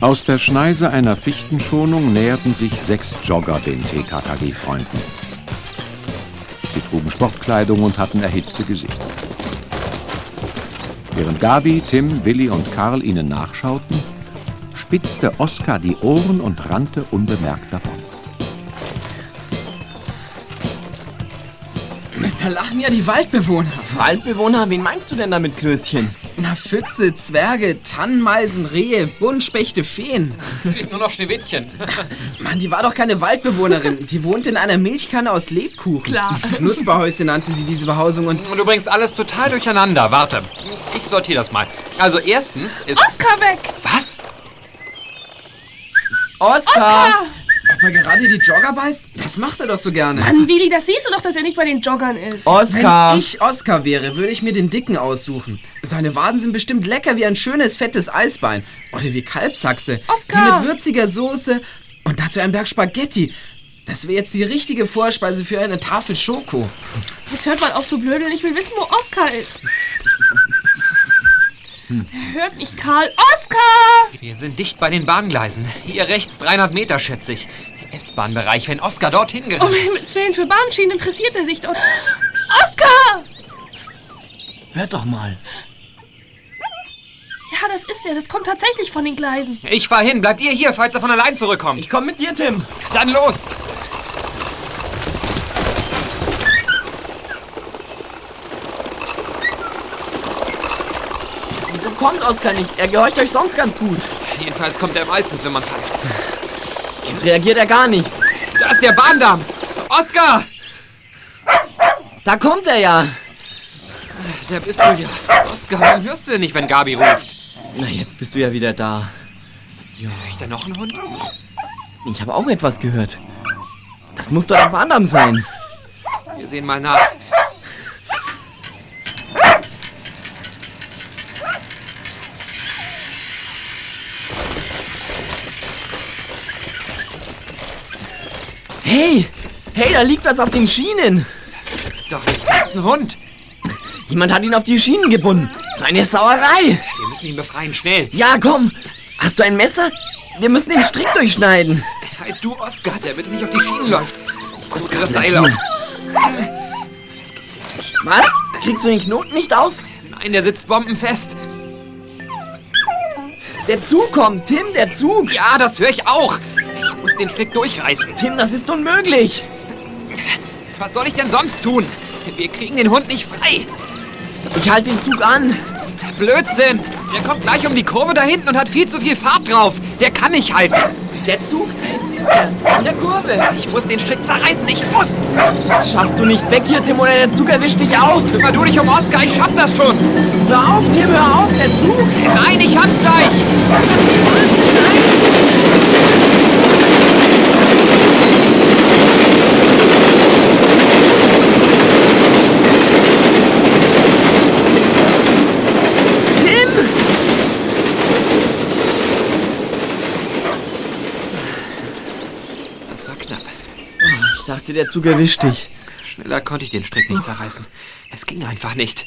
Aus der Schneise einer Fichtenschonung näherten sich sechs Jogger den TKKG-Freunden. Sie trugen Sportkleidung und hatten erhitzte Gesichter. Während Gabi, Tim, Willi und Karl ihnen nachschauten, spitzte Oskar die Ohren und rannte unbemerkt davon. Da lachen ja die Waldbewohner. Waldbewohner? Wen meinst du denn damit, Klößchen? Na, Pfütze, Zwerge, Tannmeisen, Rehe, Buntspechte, Feen. Fehlt nur noch Schneewittchen. Mann, die war doch keine Waldbewohnerin. Die wohnte in einer Milchkanne aus Lebkuchen. Klar. Knusperhäuschen nannte sie diese Behausung und... Und du bringst alles total durcheinander. Warte, ich sortiere das mal. Also erstens ist... Oskar weg! Was? Oskar! Ob er gerade die Jogger beißt? Das macht er doch so gerne. Mann, Willi, das siehst du doch, dass er nicht bei den Joggern ist. Oskar! Wenn ich Oscar wäre, würde ich mir den Dicken aussuchen. Seine Waden sind bestimmt lecker wie ein schönes, fettes Eisbein. Oder wie Kalbsachse. Die Oskar! mit würziger Soße und dazu ein Berg Spaghetti. Das wäre jetzt die richtige Vorspeise für eine Tafel Schoko. Jetzt hört mal auf zu blödeln, ich will wissen, wo Oskar ist. Er hört mich, Karl. Oskar! Wir sind dicht bei den Bahngleisen. Hier rechts 300 Meter, schätze ich. S-Bahn-Bereich, wenn Oskar dorthin Oh Um gerät. Himmels Willen, für Bahnschienen interessiert er sich doch. Oskar! Hört doch mal. Ja, das ist er. Das kommt tatsächlich von den Gleisen. Ich fahr hin. Bleibt ihr hier, falls er von allein zurückkommt. Ich komm mit dir, Tim. Dann los. Wieso kommt Oskar nicht? Er gehorcht euch sonst ganz gut. Jedenfalls kommt er meistens, wenn man hat. Jetzt reagiert er gar nicht. Da ist der Bahndamm. Oskar! Da kommt er ja. Da bist du ja. Oskar, warum hörst du denn nicht, wenn Gabi ruft? Na, jetzt bist du ja wieder da. Hör ich da noch einen Hund? Ich habe auch etwas gehört. Das muss doch der Bahndamm sein. Wir sehen mal nach. Hey! Hey, da liegt was auf den Schienen. Das gibt's doch nicht. Das ist ein Hund. Jemand hat ihn auf die Schienen gebunden. Seine Sauerei. Wir müssen ihn befreien. Schnell. Ja, komm. Hast du ein Messer? Wir müssen den Strick durchschneiden. Halt du, Oskar, der bitte nicht auf die Schienen läuft. Oskar, das Seil auf. Das gibt's ja nicht. Was? Kriegst du den Knoten nicht auf? Nein, der sitzt bombenfest. Der Zug kommt, Tim, der Zug. Ja, das höre ich auch. Ich muss den Strick durchreißen. Tim, das ist unmöglich. Was soll ich denn sonst tun? Wir kriegen den Hund nicht frei. Ich halte den Zug an. Blödsinn. Der kommt gleich um die Kurve da hinten und hat viel zu viel Fahrt drauf. Der kann nicht halten. Der Zug, da hinten ist er. In der Kurve. Ich muss den Strick zerreißen. Ich muss. Das schaffst du nicht weg hier, Tim, oder der Zug erwischt dich auf. Kümmer du dich um Oskar. Ich schaff das schon. Hör auf, Tim, hör auf, der Zug. Nein, ich hab's gleich. Tim! Das war knapp. Ah, Ich dachte, der Zug erwischt dich. Schneller konnte ich den Strick nicht zerreißen. Es ging einfach nicht.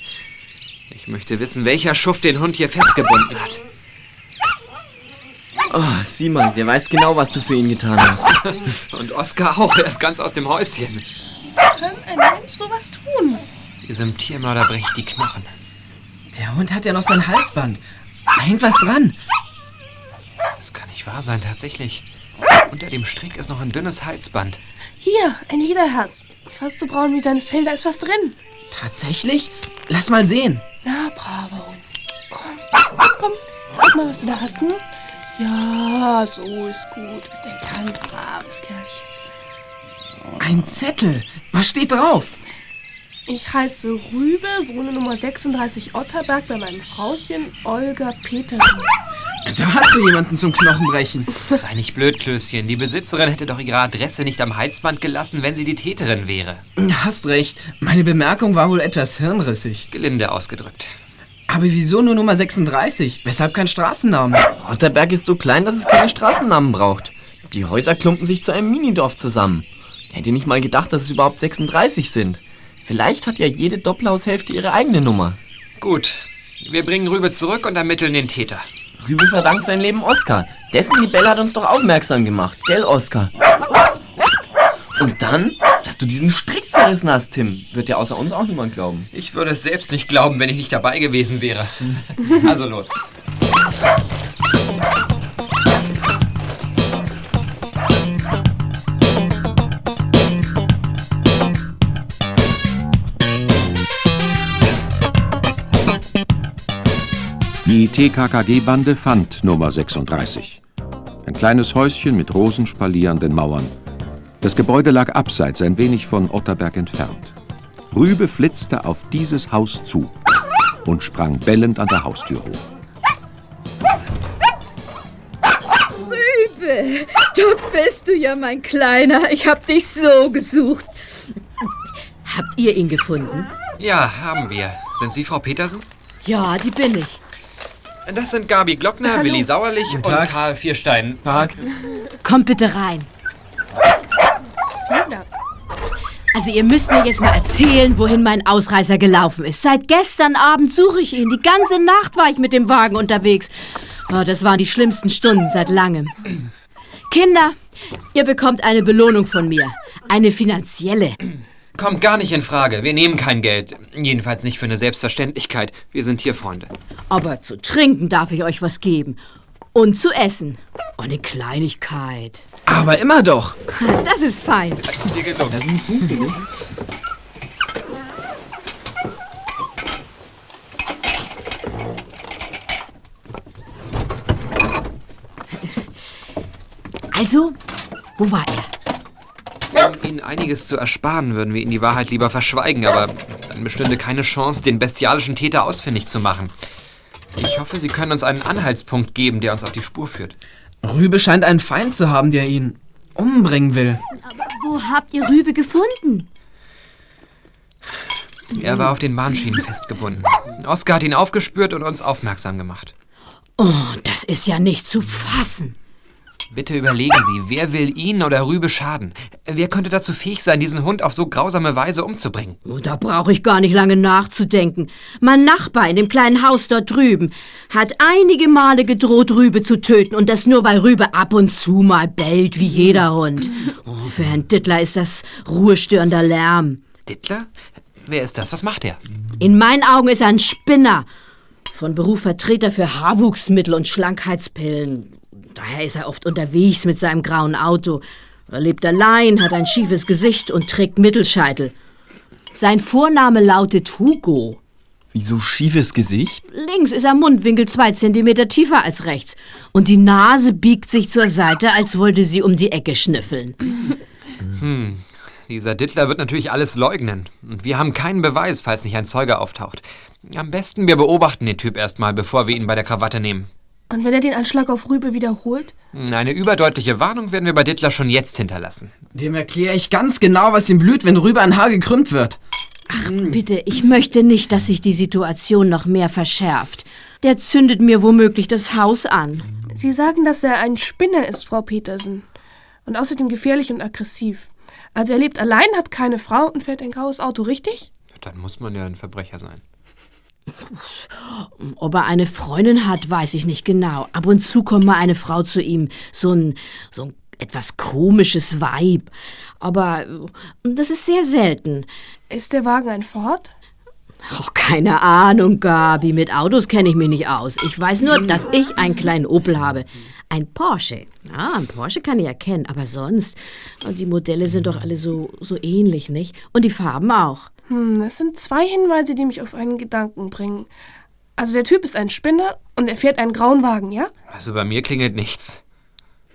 Ich möchte wissen, welcher Schuft den Hund hier festgebunden hat. Oh, sieh mal, der weiß genau, was du für ihn getan hast. Und Oskar auch. Er ist ganz aus dem Häuschen. Kann ein Mensch sowas tun? Diesem Tiermörder brech ich die Knochen. Der Hund hat ja noch sein Halsband. Da hängt was dran. Das kann nicht wahr sein, tatsächlich. Unter dem Strick ist noch ein dünnes Halsband. Hier, ein Lederherz. Fast so braun wie seine Fell, da ist was drin. Tatsächlich? Lass mal sehen. Na, bravo. Komm, komm, zeig mal, was du da hast. Hm? Ja, so ist gut. Ist ein ganz braves Kerlchen. Ein Zettel. Was steht drauf? Ich heiße Rübe, wohne Nummer 36 Otterberg bei meinem Frauchen Olga Petersen. Da hast du jemanden zum Knochenbrechen. Sei nicht blöd, Klößchen. Die Besitzerin hätte doch ihre Adresse nicht am Halsband gelassen, wenn sie die Täterin wäre. Hast recht. Meine Bemerkung war wohl etwas hirnrissig. Gelinde ausgedrückt. Aber wieso nur Nummer 36? Weshalb kein Straßennamen? Otterberg ist so klein, dass es keine Straßennamen braucht. Die Häuser klumpen sich zu einem Minidorf zusammen. Hätte nicht mal gedacht, dass es überhaupt 36 sind. Vielleicht hat ja jede Doppelhaushälfte ihre eigene Nummer. Gut. Wir bringen Rübe zurück und ermitteln den Täter. Rübe verdankt sein Leben Oscar. Dessen Libelle hat uns doch aufmerksam gemacht. Gell, Oscar? Und dann, dass du diesen Strick zerrissen hast, Tim, wird ja außer uns auch niemand glauben. Ich würde es selbst nicht glauben, wenn ich nicht dabei gewesen wäre. Also los. Die TKKG-Bande fand Nummer 36. Ein kleines Häuschen mit rosenspalierenden Mauern. Das Gebäude lag abseits, ein wenig von Otterberg entfernt. Rübe flitzte auf dieses Haus zu und sprang bellend an der Haustür hoch. Rübe, du bist du ja, mein Kleiner. Ich hab dich so gesucht. Habt ihr ihn gefunden? Ja, haben wir. Sind Sie Frau Petersen? Ja, die bin ich. Das sind Gabi Glockner, Willi Sauerlich und Tag. Karl Vierstein. Park. Kommt bitte rein. Also ihr müsst mir jetzt mal erzählen, wohin mein Ausreißer gelaufen ist. Seit gestern Abend suche ich ihn. Die ganze Nacht war ich mit dem Wagen unterwegs. Oh, das waren die schlimmsten Stunden seit langem. Kinder, ihr bekommt eine Belohnung von mir. Eine finanzielle. Kommt gar nicht in Frage. Wir nehmen kein Geld. Jedenfalls nicht für eine Selbstverständlichkeit. Wir sind hier Freunde. Aber zu trinken darf ich euch was geben. Und zu essen. Oh, eine Kleinigkeit. Aber immer doch. Das ist fein. Dir gesund. Also, wo war er? Um Ihnen einiges zu ersparen, würden wir Ihnen die Wahrheit lieber verschweigen, aber dann bestünde keine Chance, den bestialischen Täter ausfindig zu machen. Ich hoffe, Sie können uns einen Anhaltspunkt geben, der uns auf die Spur führt. Rübe scheint einen Feind zu haben, der ihn umbringen will. Wo habt ihr Rübe gefunden? Er war auf den Bahnschienen festgebunden. Oskar hat ihn aufgespürt und uns aufmerksam gemacht. Oh, das ist ja nicht zu fassen. Bitte überlegen Sie, wer will Ihnen oder Rübe schaden? Wer könnte dazu fähig sein, diesen Hund auf so grausame Weise umzubringen? Oh, Da brauche ich gar nicht lange nachzudenken. Mein Nachbar in dem kleinen Haus dort drüben hat einige Male gedroht, Rübe zu töten und das nur, weil Rübe ab und zu mal bellt wie jeder Hund. Oh, für Herrn Dittler ist das ruhestörender Lärm. Dittler? Wer ist das? Was macht er? In meinen Augen ist er ein Spinner. Von Beruf Vertreter für Haarwuchsmittel und Schlankheitspillen. Daher ist er oft unterwegs mit seinem grauen Auto. Er lebt allein, hat ein schiefes Gesicht und trägt Mittelscheitel. Sein Vorname lautet Hugo. Wieso schiefes Gesicht? Links ist der Mundwinkel zwei Zentimeter tiefer als rechts. Und die Nase biegt sich zur Seite, als wollte sie um die Ecke schnüffeln. Hm. Dieser Dittler wird natürlich alles leugnen. Und wir haben keinen Beweis, falls nicht ein Zeuge auftaucht. Am besten wir beobachten den Typ erstmal, bevor wir ihn bei der Krawatte nehmen. Hm, Und wenn er den Anschlag auf Rübe wiederholt? Eine überdeutliche Warnung werden wir bei Dittler schon jetzt hinterlassen. Dem erkläre ich ganz genau, was ihm blüht, wenn Rübe ein Haar gekrümmt wird. Bitte, ich möchte nicht, dass sich die Situation noch mehr verschärft. Der zündet mir womöglich das Haus an. Sie sagen, dass er ein Spinner ist, Frau Petersen. Und außerdem gefährlich und aggressiv. Also er lebt allein, hat keine Frau und fährt ein graues Auto, richtig? Dann muss man ja ein Verbrecher sein. Ob er eine Freundin hat, weiß ich nicht genau. Ab und zu kommt mal eine Frau zu ihm, so ein, so ein etwas komisches Weib. Aber äh, das ist sehr selten. Ist der Wagen ein Ford? Auch keine Ahnung, Gabi. Mit Autos kenne ich mich nicht aus. Ich weiß nur, dass ich einen kleinen Opel habe. Ein Porsche. Ah, ein Porsche kann ich erkennen, aber sonst. Und die Modelle sind doch alle so, so ähnlich, nicht? Und die Farben auch. Hm, das sind zwei Hinweise, die mich auf einen Gedanken bringen. Also der Typ ist ein Spinner und er fährt einen grauen Wagen, ja? Also bei mir klingelt nichts.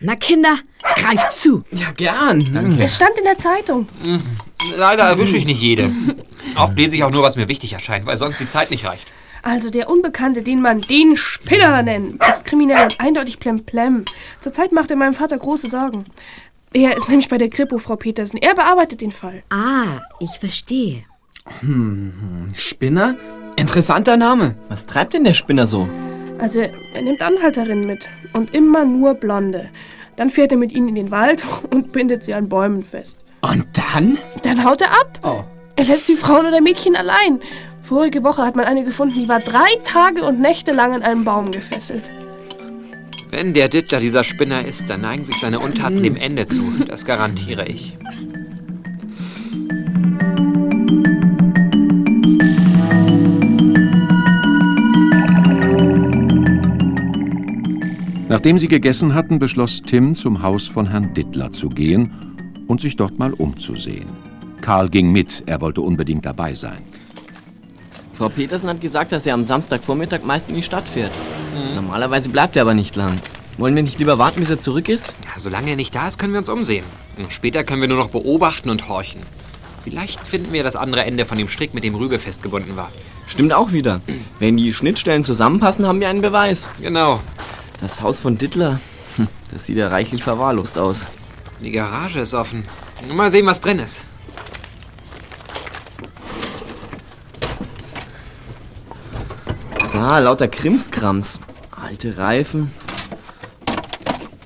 Na, Kinder, greift zu. Ja, gern. Mhm. Es stand in der Zeitung. Leider erwische ich nicht jede. Oft lese ich auch nur, was mir wichtig erscheint, weil sonst die Zeit nicht reicht. Also der Unbekannte, den man den Spinner nennt, ist kriminell und eindeutig plemplem. Zurzeit macht er meinem Vater große Sorgen. Er ist nämlich bei der Kripo, Frau Petersen. Er bearbeitet den Fall. Ah, ich verstehe. Hm, Spinner? Interessanter Name. Was treibt denn der Spinner so? Also er nimmt Anhalterinnen mit und immer nur Blonde. Dann fährt er mit ihnen in den Wald und bindet sie an Bäumen fest. Und dann? Dann haut er ab. Oh. Er lässt die Frauen oder Mädchen allein. Vorige Woche hat man eine gefunden, die war drei Tage und Nächte lang an einem Baum gefesselt. Wenn der Dittler dieser Spinner ist, dann neigen sich seine Untaten dem Ende zu. Das garantiere ich. Nachdem sie gegessen hatten, beschloss Tim, zum Haus von Herrn Dittler zu gehen und sich dort mal umzusehen. Karl ging mit, er wollte unbedingt dabei sein. Frau Petersen hat gesagt, dass er am Samstagvormittag meist in die Stadt fährt. Mhm. Normalerweise bleibt er aber nicht lang. Wollen wir nicht lieber warten, bis er zurück ist? Ja, solange er nicht da ist, können wir uns umsehen. Und Später können wir nur noch beobachten und horchen. Vielleicht finden wir das andere Ende von dem Strick, mit dem Rübe festgebunden war. Stimmt auch wieder. Wenn die Schnittstellen zusammenpassen, haben wir einen Beweis. Genau. Das Haus von Dittler, hm, das sieht ja reichlich verwahrlost aus. Die Garage ist offen. Mal sehen, was drin ist. Da, lauter Krimskrams. Alte Reifen,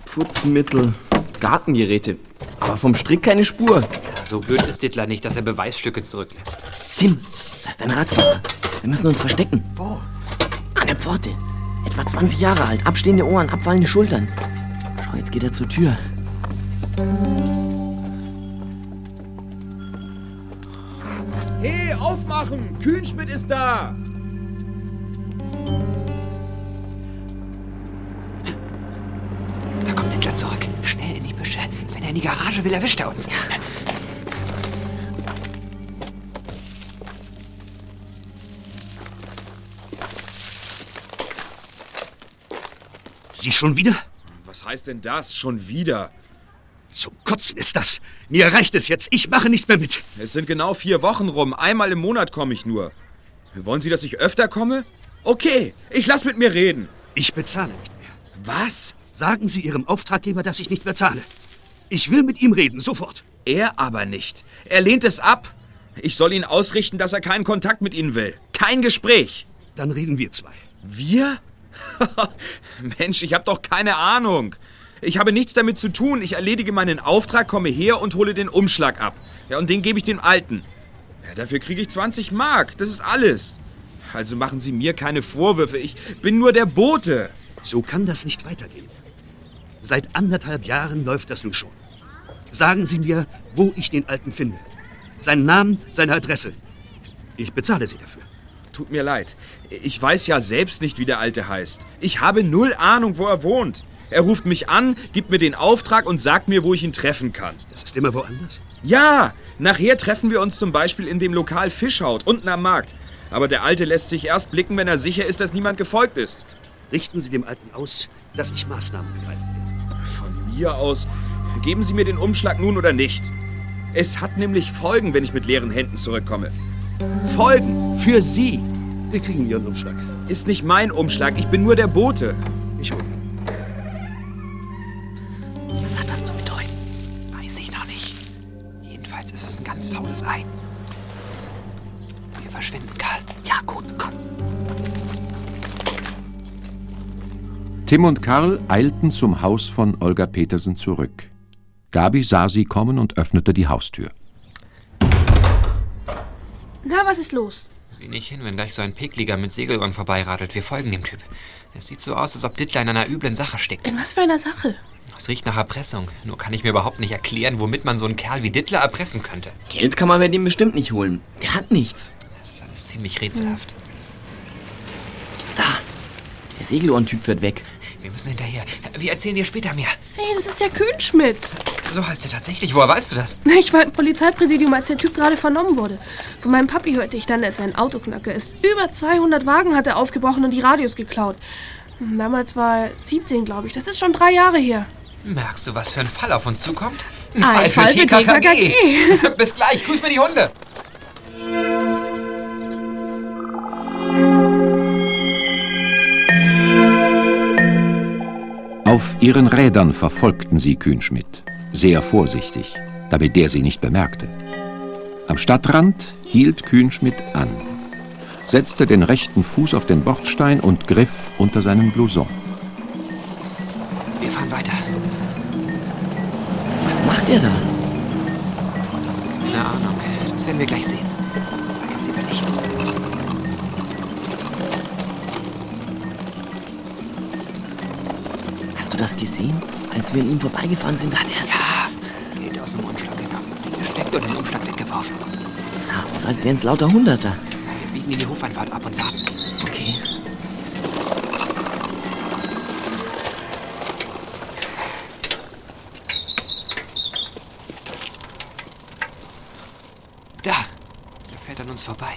Putzmittel, Gartengeräte. Aber vom Strick keine Spur. Ja, so blöd ist Dittler nicht, dass er Beweisstücke zurücklässt. Tim, da ist ein Radfahrer. Wir müssen uns verstecken. Wo? An der Pforte. Etwa 20 Jahre alt, abstehende Ohren, abfallende Schultern. Schau, jetzt geht er zur Tür. Hey, aufmachen! Kühnschmidt ist da! Da kommt Dittler zurück. Schnell in die Büsche. Wenn er in die Garage will, erwischt er uns. Sie schon wieder? Was heißt denn das? Schon wieder? Zum Kotzen ist das. Mir reicht es jetzt. Ich mache nicht mehr mit. Es sind genau vier Wochen rum. Einmal im Monat komme ich nur. Wollen Sie, dass ich öfter komme? Okay, ich lass mit mir reden. Ich bezahle nicht mehr. Was? Sagen Sie Ihrem Auftraggeber, dass ich nicht mehr zahle. Ich will mit ihm reden, sofort. Er aber nicht. Er lehnt es ab. Ich soll ihn ausrichten, dass er keinen Kontakt mit Ihnen will. Kein Gespräch. Dann reden wir zwei. Wir? Mensch, ich habe doch keine Ahnung. Ich habe nichts damit zu tun. Ich erledige meinen Auftrag, komme her und hole den Umschlag ab. Ja, und den gebe ich dem Alten. Ja, dafür kriege ich 20 Mark. Das ist alles. Also machen Sie mir keine Vorwürfe. Ich bin nur der Bote. So kann das nicht weitergehen. Seit anderthalb Jahren läuft das nun schon. Sagen Sie mir, wo ich den Alten finde. Seinen Namen, seine Adresse. Ich bezahle Sie dafür. Tut mir leid. Ich weiß ja selbst nicht, wie der Alte heißt. Ich habe null Ahnung, wo er wohnt. Er ruft mich an, gibt mir den Auftrag und sagt mir, wo ich ihn treffen kann. Das ist immer woanders. Ja, nachher treffen wir uns zum Beispiel in dem Lokal Fischhaut unten am Markt. Aber der Alte lässt sich erst blicken, wenn er sicher ist, dass niemand gefolgt ist. Richten Sie dem Alten aus, dass ich Maßnahmen ergreifen will. Von mir aus, geben Sie mir den Umschlag nun oder nicht. Es hat nämlich Folgen, wenn ich mit leeren Händen zurückkomme. Folgen für Sie Wir kriegen Ihren Umschlag. ist nicht mein Umschlag, ich bin nur der Bote. Ich hole ihn. Was hat das zu bedeuten? Weiß ich noch nicht. Jedenfalls ist es ein ganz faules Ei. Wir verschwinden, Karl. Ja, gut, komm. Tim und Karl eilten zum Haus von Olga Petersen zurück. Gabi sah sie kommen und öffnete die Haustür. Na, was ist los? Sieh nicht hin, wenn gleich so ein Pickliger mit Segelohren vorbeiradelt. Wir folgen dem Typ. Es sieht so aus, als ob Dittler in einer üblen Sache steckt. In was für einer Sache? Es riecht nach Erpressung. Nur kann ich mir überhaupt nicht erklären, womit man so einen Kerl wie Dittler erpressen könnte. Geld kann man bei dem bestimmt nicht holen. Der hat nichts. Das ist alles ziemlich Hm. rätselhaft. Da. Der Segelohrentyp fährt weg. Wir müssen hinterher. Wir erzählen dir später mehr. Hey, das ist ja Kühnschmidt. So heißt er tatsächlich. Woher weißt du das? Ich war im Polizeipräsidium, als der Typ gerade vernommen wurde. Von meinem Papi hörte ich dann, dass er ein Autoknacker ist. Über 200 Wagen hat er aufgebrochen und die Radios geklaut. Damals war er 17, glaube ich. Das ist schon drei Jahre her. Merkst du, was für ein Fall auf uns zukommt? Ein Ein Fall für TKKG. Bis gleich. Grüß mir die Hunde. Auf ihren Rädern verfolgten sie Kühnschmidt, sehr vorsichtig, damit der sie nicht bemerkte. Am Stadtrand hielt Kühnschmidt an, setzte den rechten Fuß auf den Bordstein und griff unter seinen Blouson. Wir fahren weiter. Was macht er da? Keine Ahnung. Das werden wir gleich sehen. Sag jetzt lieber nichts. Was das gesehen? Als wir an ihm vorbeigefahren sind, hat er... Geht aus dem Umschlag genau. hinab. Gesteckt und den Umschlag weggeworfen. Es sah aus, als wären es lauter Hunderter. Wir biegen in die Hofeinfahrt ab und warten. Okay. Da! Er fährt an uns vorbei.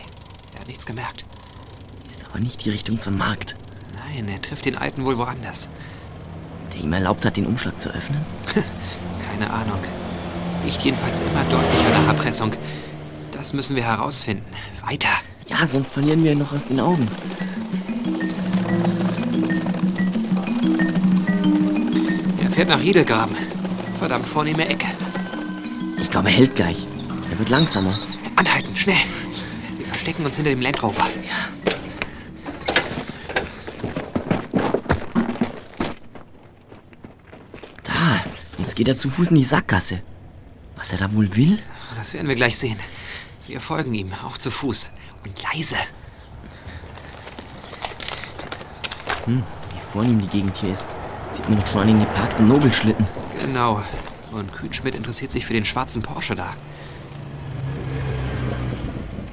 Er hat nichts gemerkt. Ist aber nicht die Richtung zum Markt, Nein, er trifft den Alten wohl woanders. der ihm erlaubt hat, den Umschlag zu öffnen. Keine Ahnung. Riecht jedenfalls immer deutlicher nach Erpressung. Das müssen wir herausfinden. Weiter. Ja, sonst verlieren wir ihn noch aus den Augen. Er fährt nach Riedelgraben. Verdammt vornehme Ecke. Ich glaube, er hält gleich. Er wird langsamer. Anhalten, schnell! Wir verstecken uns hinter dem Land Rover. Da, jetzt geht er zu Fuß in die Sackgasse. Was er da wohl will? Das werden wir gleich sehen. Wir folgen ihm, auch zu Fuß. Und leise. Hm, Wie vornehm die Gegend hier ist. Sieht man doch schon an den geparkten Nobelschlitten. Genau. Und Kühnschmidt interessiert sich für den schwarzen Porsche da.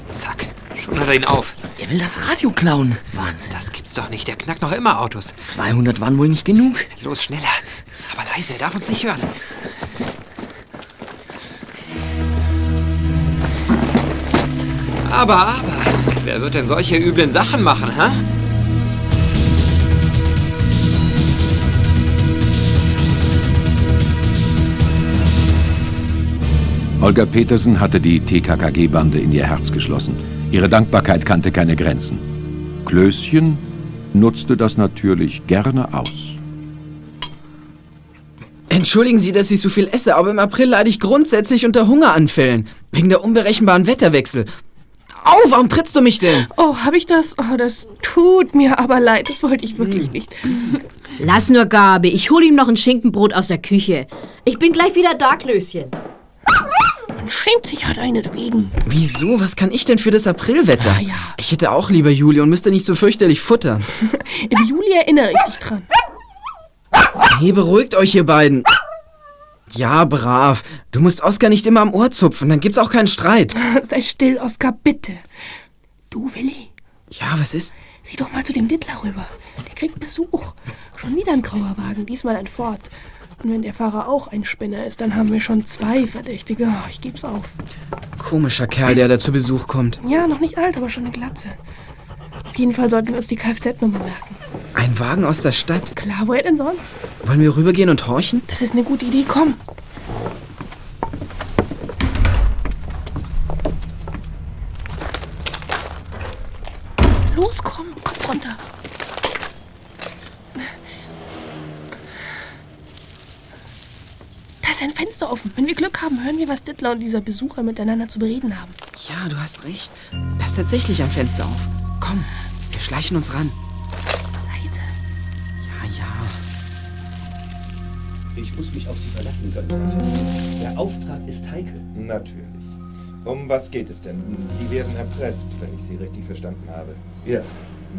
Zack, schon hat er ihn auf. Er will das Radio klauen. Wahnsinn. Das gibt's doch nicht, der knackt noch immer Autos. 200 waren wohl nicht genug. Los, schneller. Aber leise, er darf uns nicht hören. Aber, aber, wer wird denn solche üblen Sachen machen, hä? Olga Petersen hatte die TKKG-Bande in ihr Herz geschlossen. Ihre Dankbarkeit kannte keine Grenzen. Klößchen nutzte das natürlich gerne aus. Entschuldigen Sie, dass ich so viel esse, aber im April leide ich grundsätzlich unter Hungeranfällen. Wegen der unberechenbaren Wetterwechsel. Au, warum trittst du mich denn? Oh, habe ich das? Oh, das tut mir aber leid. Das wollte ich Hm. wirklich nicht. Lass nur Gabe, ich hol ihm noch ein Schinkenbrot aus der Küche. Ich bin gleich wieder da, Klößchen. Man schämt sich halt einetwegen. Wieso? Was kann ich denn für das Aprilwetter? Ah, ja. Ich hätte auch lieber Juli und müsste nicht so fürchterlich futtern. Im Juli erinnere ich dich dran. Hey, beruhigt euch, ihr beiden. Ja, brav. Du musst Oskar nicht immer am Ohr zupfen, dann gibt's auch keinen Streit. Sei still, Oskar, bitte. Du, Willi, Ja, was ist? sieh doch mal zu dem Dittler rüber. Der kriegt Besuch. Schon wieder ein grauer Wagen, diesmal ein Ford. Und wenn der Fahrer auch ein Spinner ist, dann haben wir schon zwei Verdächtige. Oh, ich geb's auf. Komischer Kerl, der da zu Besuch kommt. Ja, noch nicht alt, aber schon eine Glatze. Auf jeden Fall sollten wir uns die Kfz-Nummer merken. Ein Wagen aus der Stadt. Klar, woher denn sonst? Wollen wir rübergehen und horchen? Das ist eine gute Idee, komm. Los, komm, Kopf runter. Da ist ein Fenster offen. Wenn wir Glück haben, hören wir, was Dittler und dieser Besucher miteinander zu bereden haben. Ja, du hast recht. Da ist tatsächlich ein Fenster auf. Komm, wir schleichen uns ran. Leise. Ja, ja. Ich muss mich auf Sie verlassen können. Der Auftrag ist heikel. Natürlich. Um was geht es denn? Sie werden erpresst, wenn ich Sie richtig verstanden habe. Ja,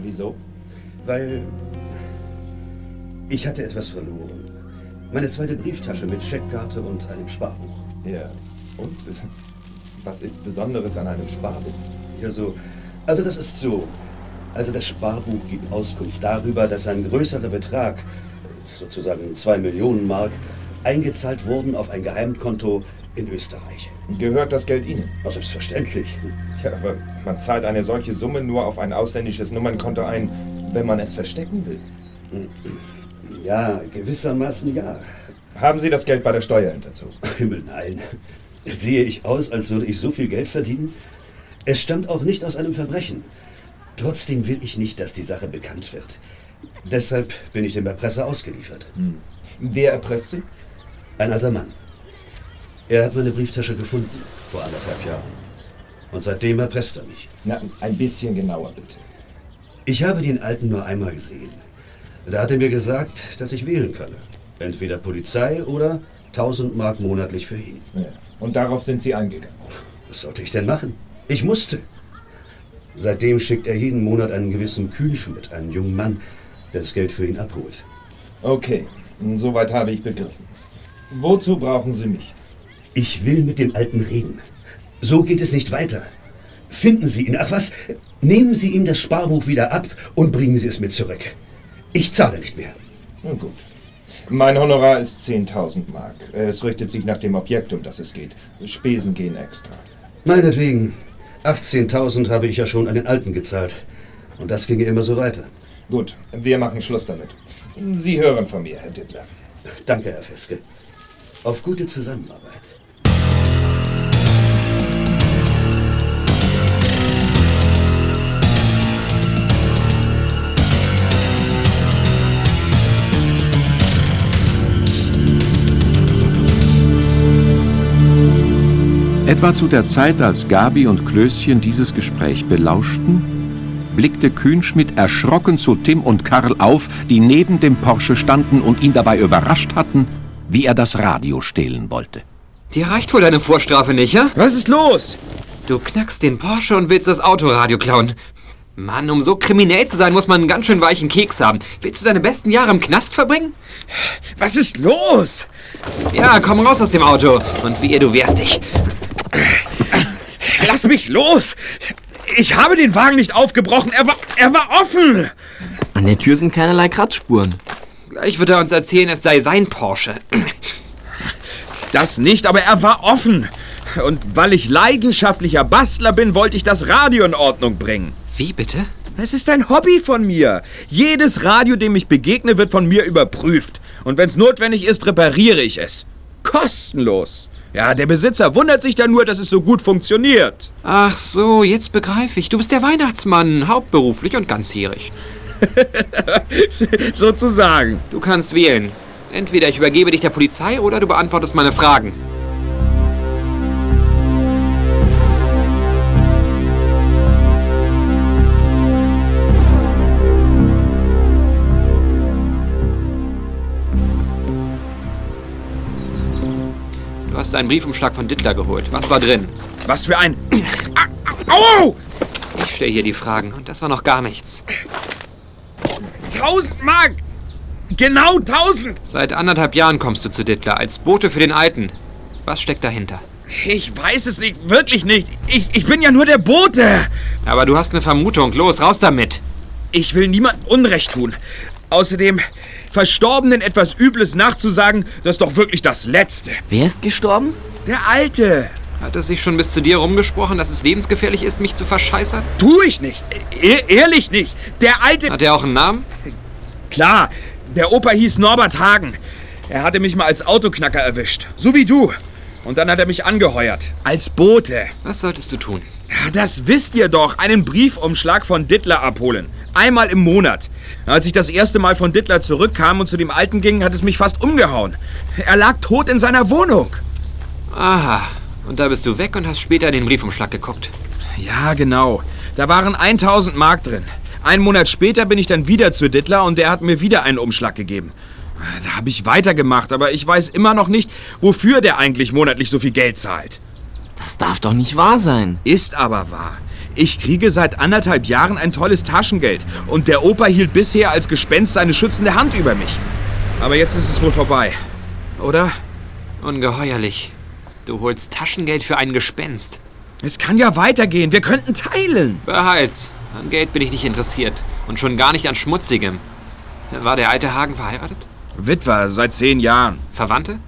Wieso? weil ich hatte etwas verloren. Meine zweite Brieftasche mit Scheckkarte und einem Sparbuch. Ja. Und? Was ist Besonderes an einem Sparbuch? Also, also das ist so. Also das Sparbuch gibt Auskunft darüber, dass ein größerer Betrag, sozusagen 2 Millionen Mark, eingezahlt wurden auf ein Geheimkonto in Österreich. Gehört das Geld Ihnen? Na, selbstverständlich. Ja, aber man zahlt eine solche Summe nur auf ein ausländisches Nummernkonto ein, wenn man es verstecken will. Ja, gewissermaßen ja. Haben Sie das Geld bei der Steuer hinterzogen? Himmel, nein. Sehe ich aus, als würde ich so viel Geld verdienen? Es stammt auch nicht aus einem Verbrechen. Trotzdem will ich nicht, dass die Sache bekannt wird. Deshalb bin ich dem Erpresser ausgeliefert. Hm. Wer erpresst Sie? Ein alter Mann. Er hat meine Brieftasche gefunden, vor anderthalb Jahren. Und seitdem erpresst er mich. Na, ein bisschen genauer bitte. Ich habe den Alten nur einmal gesehen. Da hat er mir gesagt, dass ich wählen könne. Entweder Polizei oder 1000 Mark monatlich für ihn. Ja. Und darauf sind Sie eingegangen. Was sollte ich denn machen? Ich musste. Seitdem schickt er jeden Monat einen gewissen Kühnschmidt, einen jungen Mann, der das Geld für ihn abholt. Okay, soweit habe ich begriffen. Wozu brauchen Sie mich? Ich will mit dem Alten reden. So geht es nicht weiter. Finden Sie ihn. Ach was, nehmen Sie ihm das Sparbuch wieder ab und bringen Sie es mir zurück. Ich zahle nicht mehr. Na gut. Mein Honorar ist 10.000 Mark. Es richtet sich nach dem Objekt, um das es geht. Spesen gehen extra. Meinetwegen. 18.000 habe ich ja schon an den Alten gezahlt. Und das ginge immer so weiter. Gut, wir machen Schluss damit. Sie hören von mir, Herr Dittler. Danke, Herr Feske. Auf gute Zusammenarbeit. Etwa zu der Zeit, als Gabi und Klößchen dieses Gespräch belauschten, blickte Kühnschmidt erschrocken zu Tim und Karl auf, die neben dem Porsche standen und ihn dabei überrascht hatten, wie er das Radio stehlen wollte. Dir reicht wohl deine Vorstrafe nicht, ja? Was ist los? Du knackst den Porsche und willst das Autoradio klauen. Mann, um so kriminell zu sein, muss man einen ganz schön weichen Keks haben. Willst du deine besten Jahre im Knast verbringen? Was ist los? Ja, komm raus aus dem Auto. Und wie ihr, du wehrst dich. Lass mich los! Ich habe den Wagen nicht aufgebrochen. Er war, er war offen. An der Tür sind keinerlei Kratzspuren. Gleich wird er uns erzählen, es sei sein Porsche. Das nicht, aber er war offen. Und weil ich leidenschaftlicher Bastler bin, wollte ich das Radio in Ordnung bringen. Wie bitte? Es ist ein Hobby von mir. Jedes Radio, dem ich begegne, wird von mir überprüft. Und wenn es notwendig ist, repariere ich es. Kostenlos. Ja, der Besitzer wundert sich dann nur, dass es so gut funktioniert. Ach so, jetzt begreife ich. Du bist der Weihnachtsmann, hauptberuflich und ganzjährig. Sozusagen. Du kannst wählen. Entweder ich übergebe dich der Polizei oder du beantwortest meine Fragen. Du hast einen Briefumschlag von Dittler geholt. Was war drin? Was für ein. Au! Ich stelle hier die Fragen und das war noch gar nichts. 1000 Mark! Genau 1000! Seit anderthalb Jahren kommst du zu Dittler als Bote für den Alten. Was steckt dahinter? Ich weiß es nicht, wirklich nicht. Ich, ich bin ja nur der Bote. Aber du hast eine Vermutung. Los, raus damit. Ich will niemandem Unrecht tun. Außerdem, Verstorbenen etwas Übles nachzusagen, das ist doch wirklich das Letzte. Wer ist gestorben? Der Alte. Hat es sich schon bis zu dir rumgesprochen, dass es lebensgefährlich ist, mich zu verscheißern? Tu ich nicht. E ehrlich nicht. Der Alte. Hat er auch einen Namen? Klar, der Opa hieß Norbert Hagen. Er hatte mich mal als Autoknacker erwischt. So wie du. Und dann hat er mich angeheuert. Als Bote. Was solltest du tun? Ja, Das wisst ihr doch. Einen Briefumschlag von Dittler abholen. Einmal im Monat. Als ich das erste Mal von Dittler zurückkam und zu dem Alten ging, hat es mich fast umgehauen. Er lag tot in seiner Wohnung. Aha. Und da bist du weg und hast später in den Briefumschlag geguckt. Ja, genau. Da waren 1000 Mark drin. Einen Monat später bin ich dann wieder zu Dittler und der hat mir wieder einen Umschlag gegeben. Da habe ich weitergemacht, aber ich weiß immer noch nicht, wofür der eigentlich monatlich so viel Geld zahlt. Das darf doch nicht wahr sein. Ist aber wahr. Ich kriege seit anderthalb Jahren ein tolles Taschengeld und der Opa hielt bisher als Gespenst seine schützende Hand über mich. Aber jetzt ist es wohl vorbei. Oder? Ungeheuerlich. Du holst Taschengeld für ein Gespenst. Es kann ja weitergehen. Wir könnten teilen. Behalt's. An Geld bin ich nicht interessiert. Und schon gar nicht an Schmutzigem. War der alte Hagen verheiratet? Witwer seit zehn Jahren. Mm, Verwandte?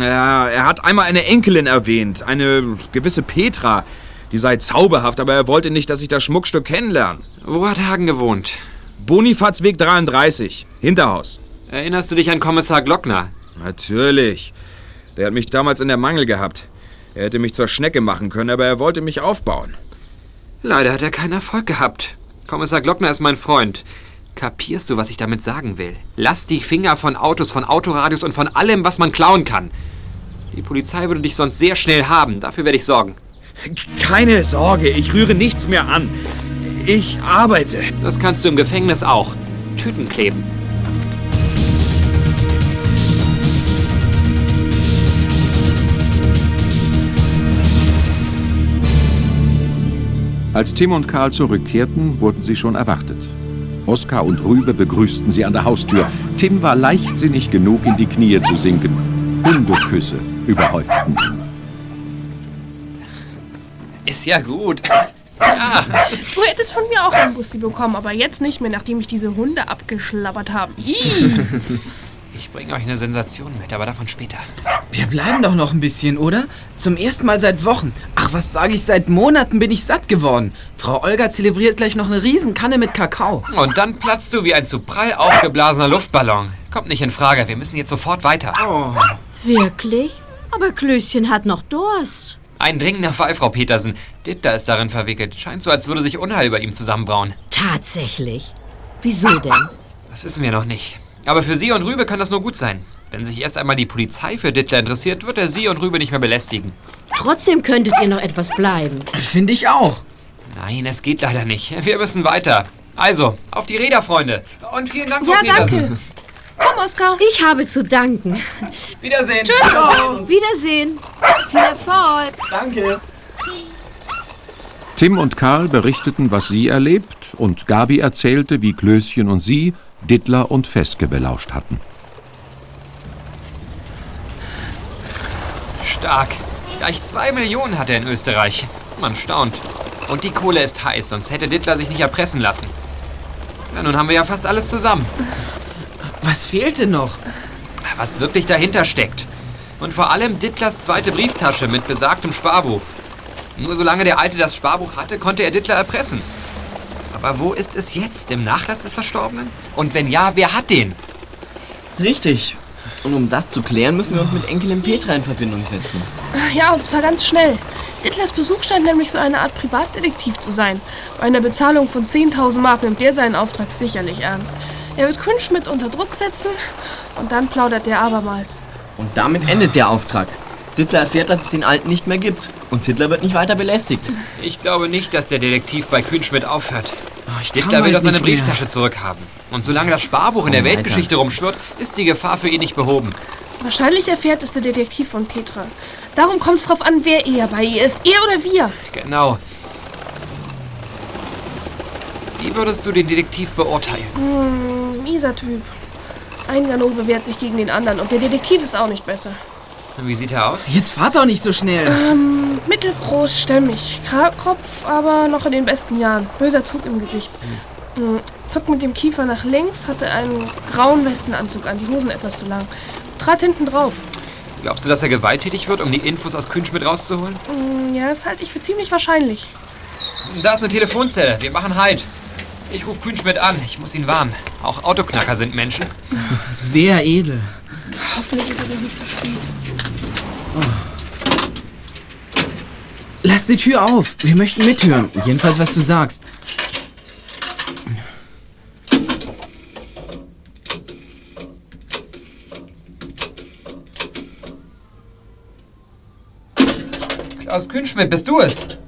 Ja, er hat einmal eine Enkelin erwähnt, eine gewisse Petra. Die sei zauberhaft, aber er wollte nicht, dass ich das Schmuckstück kennenlerne. Wo hat Hagen gewohnt? Bonifazweg 33, Hinterhaus. Erinnerst du dich an Kommissar Glockner? Natürlich. Der hat mich damals in der Mangel gehabt. Er hätte mich zur Schnecke machen können, aber er wollte mich aufbauen. Leider hat er keinen Erfolg gehabt. Kommissar Glockner ist mein Freund. Kapierst du, was ich damit sagen will? Lass die Finger von Autos, von Autoradios und von allem, was man klauen kann. Die Polizei würde dich sonst sehr schnell haben. Dafür werde ich sorgen. Keine Sorge, ich rühre nichts mehr an. Ich arbeite. Das kannst du im Gefängnis auch. Tüten kleben. Als Tim und Karl zurückkehrten, wurden sie schon erwartet. Oskar und Rübe begrüßten sie an der Haustür. Tim war leichtsinnig genug, in die Knie zu sinken. Hundeküsse überhäuften ihn. Ist ja gut. Du hättest von mir auch einen Busli bekommen, aber jetzt nicht mehr, nachdem ich diese Hunde abgeschlabbert habe. Ich bringe euch eine Sensation mit, aber davon später. Wir bleiben doch noch ein bisschen, oder? Zum ersten Mal seit Wochen. Ach, was sage ich, seit Monaten bin ich satt geworden. Frau Olga zelebriert gleich noch eine Riesenkanne mit Kakao. Und dann platzt du wie ein zu prall aufgeblasener Luftballon. Kommt nicht in Frage, wir müssen jetzt sofort weiter. Oh. Wirklich? Aber Klößchen hat noch Durst. Ein dringender Fall, Frau Petersen. Ditta ist darin verwickelt. Scheint so, als würde sich Unheil über ihm zusammenbrauen. Tatsächlich. Wieso denn? Das wissen wir noch nicht. Aber für Sie und Rübe kann das nur gut sein. Wenn sich erst einmal die Polizei für Dittler interessiert, wird er Sie und Rübe nicht mehr belästigen. Trotzdem könntet ihr noch etwas bleiben. Finde ich auch. Nein, es geht leider nicht. Wir müssen weiter. Also, auf die Räder, Freunde. Und vielen Dank, Frau Ja, Petersen. danke. Komm, Oskar. Ich habe zu danken. Wiedersehen. Wiedersehen. Viel Erfolg. Tim und Karl berichteten, was sie erlebt, und Gabi erzählte, wie Klößchen und sie Dittler und Feske belauscht hatten. Stark. Gleich zwei Millionen hat er in Österreich. Man staunt. Und die Kohle ist heiß, sonst hätte Dittler sich nicht erpressen lassen. Na, nun haben wir ja fast alles zusammen. Was fehlte noch? Was wirklich dahinter steckt. Und vor allem Dittlers zweite Brieftasche mit besagtem Sparbuch. Nur solange der Alte das Sparbuch hatte, konnte er Dittler erpressen. Aber wo ist es jetzt? Im Nachlass des Verstorbenen? Und wenn ja, wer hat den? Richtig. Und um das zu klären, müssen wir uns mit Enkelin Petra in Verbindung setzen. Ja, und zwar ganz schnell. Dittlers Besuch scheint nämlich so eine Art Privatdetektiv zu sein. Bei einer Bezahlung von 10.000 Mark nimmt der seinen Auftrag sicherlich ernst. Er wird Künschmidt unter Druck setzen und dann plaudert er abermals. Und damit endet der Auftrag. Dittler erfährt, dass es den Alten nicht mehr gibt. Und Dittler wird nicht weiter belästigt. Ich glaube nicht, dass der Detektiv bei Kühnschmidt aufhört. kann Dittler will halt doch seine nicht mehr. Brieftasche zurückhaben. Und solange das Sparbuch in der Alter. Weltgeschichte rumschwirrt, ist die Gefahr für ihn nicht behoben. Wahrscheinlich erfährt es der Detektiv von Petra. Darum kommt es drauf an, wer eher bei ihr ist. Er oder wir. Genau. Wie würdest du den Detektiv beurteilen? Hm, Mieser Typ. Ein Ganove wehrt sich gegen den anderen und der Detektiv ist auch nicht besser. Wie sieht er aus? Jetzt fahrt doch nicht so schnell. Ähm, Mittelgroß, stämmig, Krakopf, aber noch in den besten Jahren. Böser Zug im Gesicht. Mhm. Zuckt mit dem Kiefer nach links, hatte einen grauen Westenanzug an, die Hosen etwas zu lang. Trat hinten drauf. Glaubst du, dass er gewalttätig wird, um die Infos aus Kühnschmidt rauszuholen? Mhm, Ja, das halte ich für ziemlich wahrscheinlich. Da ist eine Telefonzelle. Wir machen Halt. Ich rufe Kühnschmidt an. Ich muss ihn warnen. Auch Autoknacker sind Menschen. Sehr edel. Hoffentlich ist es noch nicht zu spät. Oh. Lass die Tür auf. Wir möchten mithören. Jedenfalls, was du sagst. Klaus Kühnschmidt, bist du es?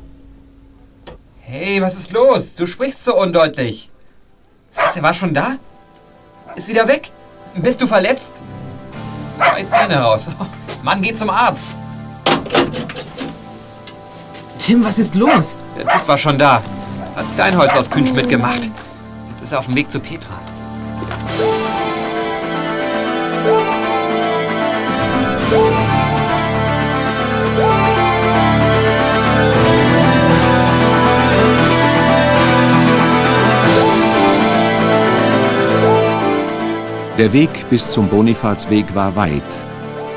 Hey, was ist los? Du sprichst so undeutlich. Was, er war schon da? Ist wieder weg? Bist du verletzt? Zwei Zähne raus. Mann, geh zum Arzt. Tim, was ist los? Der Typ war schon da. Hat Kleinholz aus Kühnschmidt gemacht. Jetzt ist er auf dem Weg zu Petra. Der Weg bis zum Bonifazweg war weit.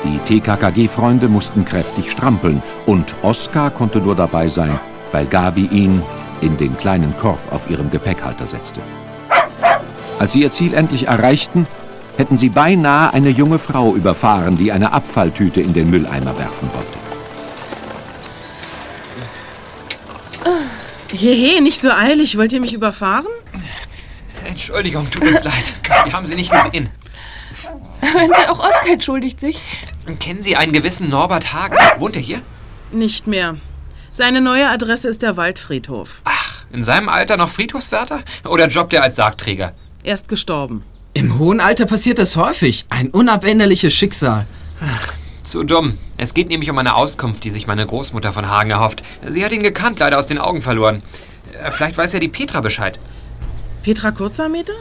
Die TKKG-Freunde mussten kräftig strampeln und Oskar konnte nur dabei sein, weil Gabi ihn in den kleinen Korb auf ihrem Gepäckhalter setzte. Als sie ihr Ziel endlich erreichten, hätten sie beinahe eine junge Frau überfahren, die eine Abfalltüte in den Mülleimer werfen wollte. Hehe, nicht so eilig. Wollt ihr mich überfahren? Entschuldigung, tut uns leid. Wir haben sie nicht gesehen. Hören Sie, auch Oskar entschuldigt sich. Kennen Sie einen gewissen Norbert Hagen? Wohnt er hier? Nicht mehr. Seine neue Adresse ist der Waldfriedhof. Ach, in seinem Alter noch Friedhofswärter? Oder jobbt er als Sargträger? Er ist gestorben. Im hohen Alter passiert das häufig. Ein unabänderliches Schicksal. Zu dumm. Es geht nämlich um eine Auskunft, die sich meine Großmutter von Hagen erhofft. Sie hat ihn gekannt, leider aus den Augen verloren. Äh, Vielleicht weiß ja die Petra Bescheid. Petra Kurzarmeter?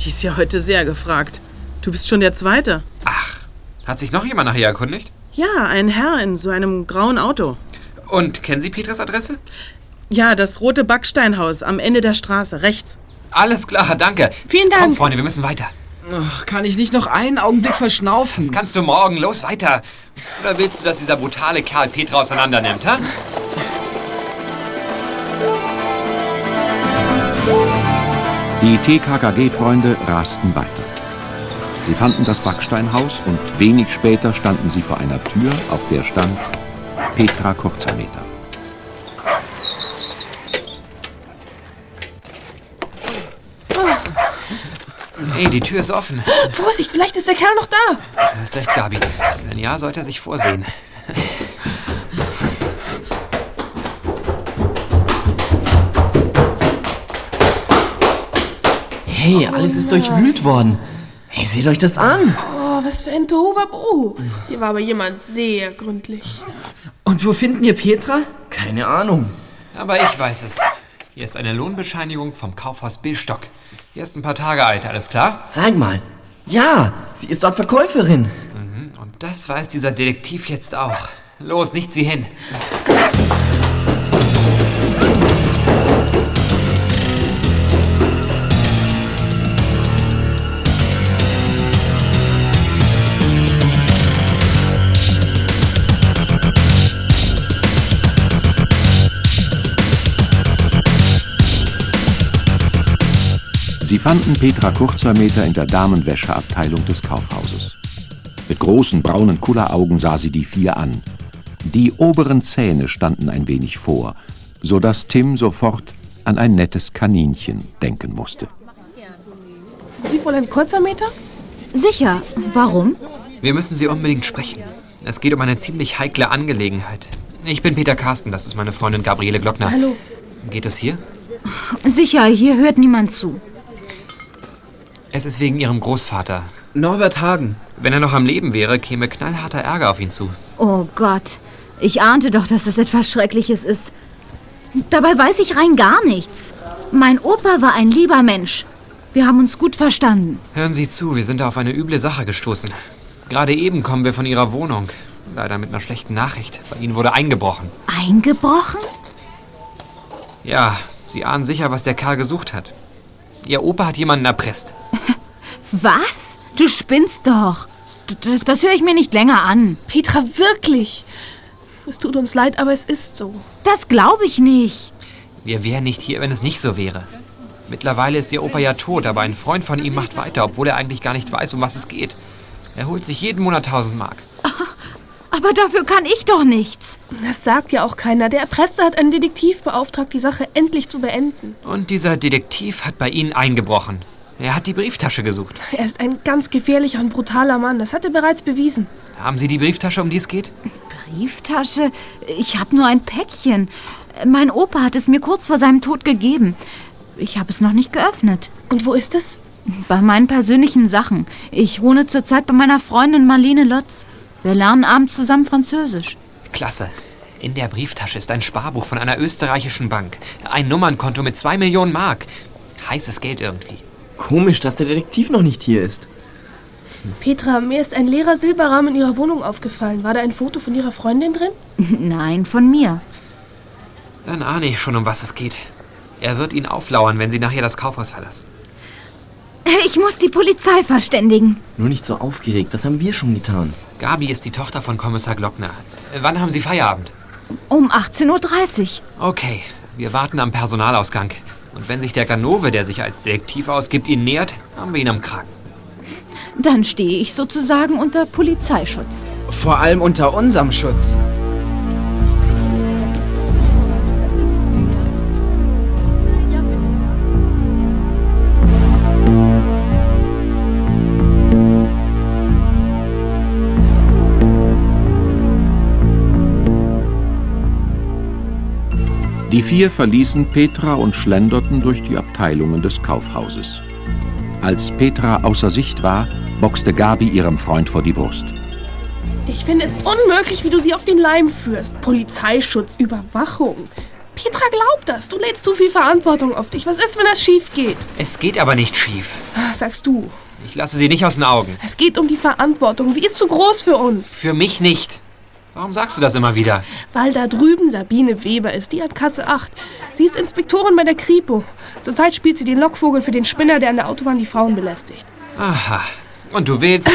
Die ist ja heute sehr gefragt. Du bist schon der Zweite. Hat sich noch jemand nachher erkundigt? Ja, ein Herr in so einem grauen Auto. Und kennen Sie Petras Adresse? Ja, das rote Backsteinhaus am Ende der Straße, rechts. Alles klar, danke. Vielen Komm, Freunde, wir müssen weiter. Ach, kann ich nicht noch einen Augenblick verschnaufen? Das kannst du morgen. Los, weiter. Oder willst du, dass dieser brutale Kerl Petra auseinandernimmt, ha? Die TKKG-Freunde rasten weiter. Sie fanden das Backsteinhaus und wenig später standen sie vor einer Tür, auf der stand Petra Kurzermeter. Hey, die Tür ist offen. Ah, Vorsicht, vielleicht ist der Kerl noch da. Du hast recht, Gabi. Wenn ja, sollte er sich vorsehen. Hey, alles ist durchwühlt worden. Hey, seht euch das an. Oh, was für ein Tohuwabohu. Hier war aber jemand sehr gründlich. Und wo finden wir Petra? Keine Ahnung. Aber ich weiß es. Hier ist eine Lohnbescheinigung vom Kaufhaus Billstock. Hier ist ein paar Tage alt, alles klar? Zeig mal. Ja, sie ist dort Verkäuferin. Mhm, Und das weiß dieser Detektiv jetzt auch. Los, nichts wie hin. Sie fanden Petra Kurzermeter in der Damenwäscheabteilung des Kaufhauses. Mit großen braunen Kulleraugen sah sie die vier an. Die oberen Zähne standen ein wenig vor, so dass Tim sofort an ein nettes Kaninchen denken musste. Sind Sie wohl ein kurzer Meter? Sicher. Warum? Wir müssen Sie unbedingt sprechen. Es geht um eine ziemlich heikle Angelegenheit. Ich bin Peter Carsten, das ist meine Freundin Gabriele Glockner. Hallo. Geht es hier? Sicher, hier hört niemand zu. Es ist wegen Ihrem Großvater. Norbert Hagen. Wenn er noch am Leben wäre, käme knallharter Ärger auf ihn zu. Oh Gott, ich ahnte doch, dass es etwas Schreckliches ist. Dabei weiß ich rein gar nichts. Mein Opa war ein lieber Mensch. Wir haben uns gut verstanden. Hören Sie zu, wir sind da auf eine üble Sache gestoßen. Gerade eben kommen wir von Ihrer Wohnung. Leider mit einer schlechten Nachricht. Bei Ihnen wurde eingebrochen. Eingebrochen? Ja, Sie ahnen sicher, was der Kerl gesucht hat. Ihr Opa hat jemanden erpresst. Was? Du spinnst doch. D- Das, das höre ich mir nicht länger an. Petra, wirklich? Es tut uns leid, aber es ist so. Das glaube ich nicht. Wir wären nicht hier, wenn es nicht so wäre. Mittlerweile ist Ihr Opa ja tot, aber ein Freund von ihm macht weiter, obwohl er eigentlich gar nicht weiß, um was es geht. Er holt sich jeden Monat 1000 Mark. Aber dafür kann ich doch nichts. Das sagt ja auch keiner. Der Erpresste hat einen Detektiv beauftragt, die Sache endlich zu beenden. Und dieser Detektiv hat bei Ihnen eingebrochen. Er hat die Brieftasche gesucht. Er ist ein ganz gefährlicher und brutaler Mann. Das hat er bereits bewiesen. Haben Sie die Brieftasche, um die es geht? Brieftasche? Ich habe nur ein Päckchen. Mein Opa hat es mir kurz vor seinem Tod gegeben. Ich habe es noch nicht geöffnet. Und wo ist es? Bei meinen persönlichen Sachen. Ich wohne zurzeit bei meiner Freundin Marlene Lotz. Wir lernen abends zusammen Französisch. Klasse. In der Brieftasche ist ein Sparbuch von einer österreichischen Bank. Ein Nummernkonto mit zwei Millionen Mark. Heißes Geld irgendwie. Komisch, dass der Detektiv noch nicht hier ist. Petra, mir ist ein leerer Silberrahmen in ihrer Wohnung aufgefallen. War da ein Foto von ihrer Freundin drin? Nein, von mir. Dann ahne ich schon, um was es geht. Er wird ihn auflauern, wenn Sie nachher das Kaufhaus verlassen. Ich muss die Polizei verständigen. Nur nicht so aufgeregt, das haben wir schon getan. Gabi ist die Tochter von Kommissar Glockner. Äh, Wann haben Sie Feierabend? Um 18.30 Uhr. Okay, wir warten am Personalausgang. Und wenn sich der Ganove, der sich als Detektiv ausgibt, Ihnen nähert, haben wir ihn am Kragen. Dann stehe ich sozusagen unter Polizeischutz. Vor allem unter unserem Schutz. Die vier verließen Petra und schlenderten durch die Abteilungen des Kaufhauses. Als Petra außer Sicht war, boxte Gabi ihrem Freund vor die Brust. Ich finde es unmöglich, wie du sie auf den Leim führst. Polizeischutz, Überwachung. Petra glaubt das. Du lädst zu viel Verantwortung auf dich. Was ist, wenn das schief geht? Es geht aber nicht schief. Ach, sagst du. Ich lasse sie nicht aus den Augen. Es geht um die Verantwortung. Sie ist zu groß für uns. Für mich nicht. Warum sagst du das immer wieder? Weil da drüben Sabine Weber ist, die hat Kasse 8. Sie ist Inspektorin bei der Kripo. Zurzeit spielt sie den Lockvogel für den Spinner, der an der Autobahn die Frauen belästigt. Aha. Und du willst.